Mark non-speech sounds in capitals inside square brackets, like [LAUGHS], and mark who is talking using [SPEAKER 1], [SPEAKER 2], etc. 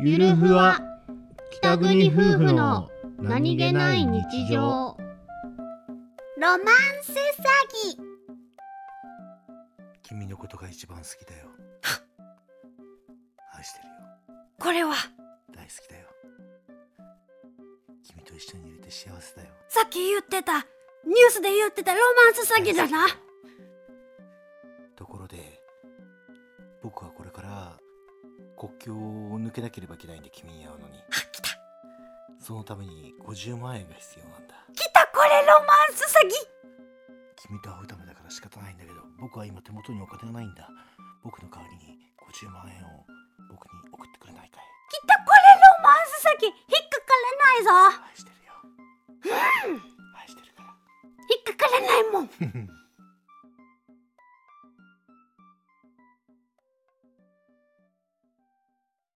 [SPEAKER 1] ゆるふわ北国夫婦の何気ない日常
[SPEAKER 2] ロマンス詐欺
[SPEAKER 3] 君のことが一番好き
[SPEAKER 2] [LAUGHS]
[SPEAKER 3] だよ愛してるよ
[SPEAKER 2] これは
[SPEAKER 3] 大好きだよ君と一緒にいれて幸せだよ
[SPEAKER 2] さっき言ってたニュースで言ってたロマンス詐欺だな
[SPEAKER 3] 大好きところで僕はこれから国境を抜けなければいけないんで君に会うのに
[SPEAKER 2] あ来た
[SPEAKER 3] そのために50万円が必要なんだ
[SPEAKER 2] 来たこれロマンス詐欺
[SPEAKER 3] 君と会うためだから仕方ないんだけど僕は今手元にお金がないんだ僕の代わりに50万円を僕に送ってくれないかい
[SPEAKER 2] 来たこれロマンス詐欺引っかかれないぞ
[SPEAKER 3] 愛してるよ愛してるから
[SPEAKER 2] 引っかかれないもん
[SPEAKER 3] ふふん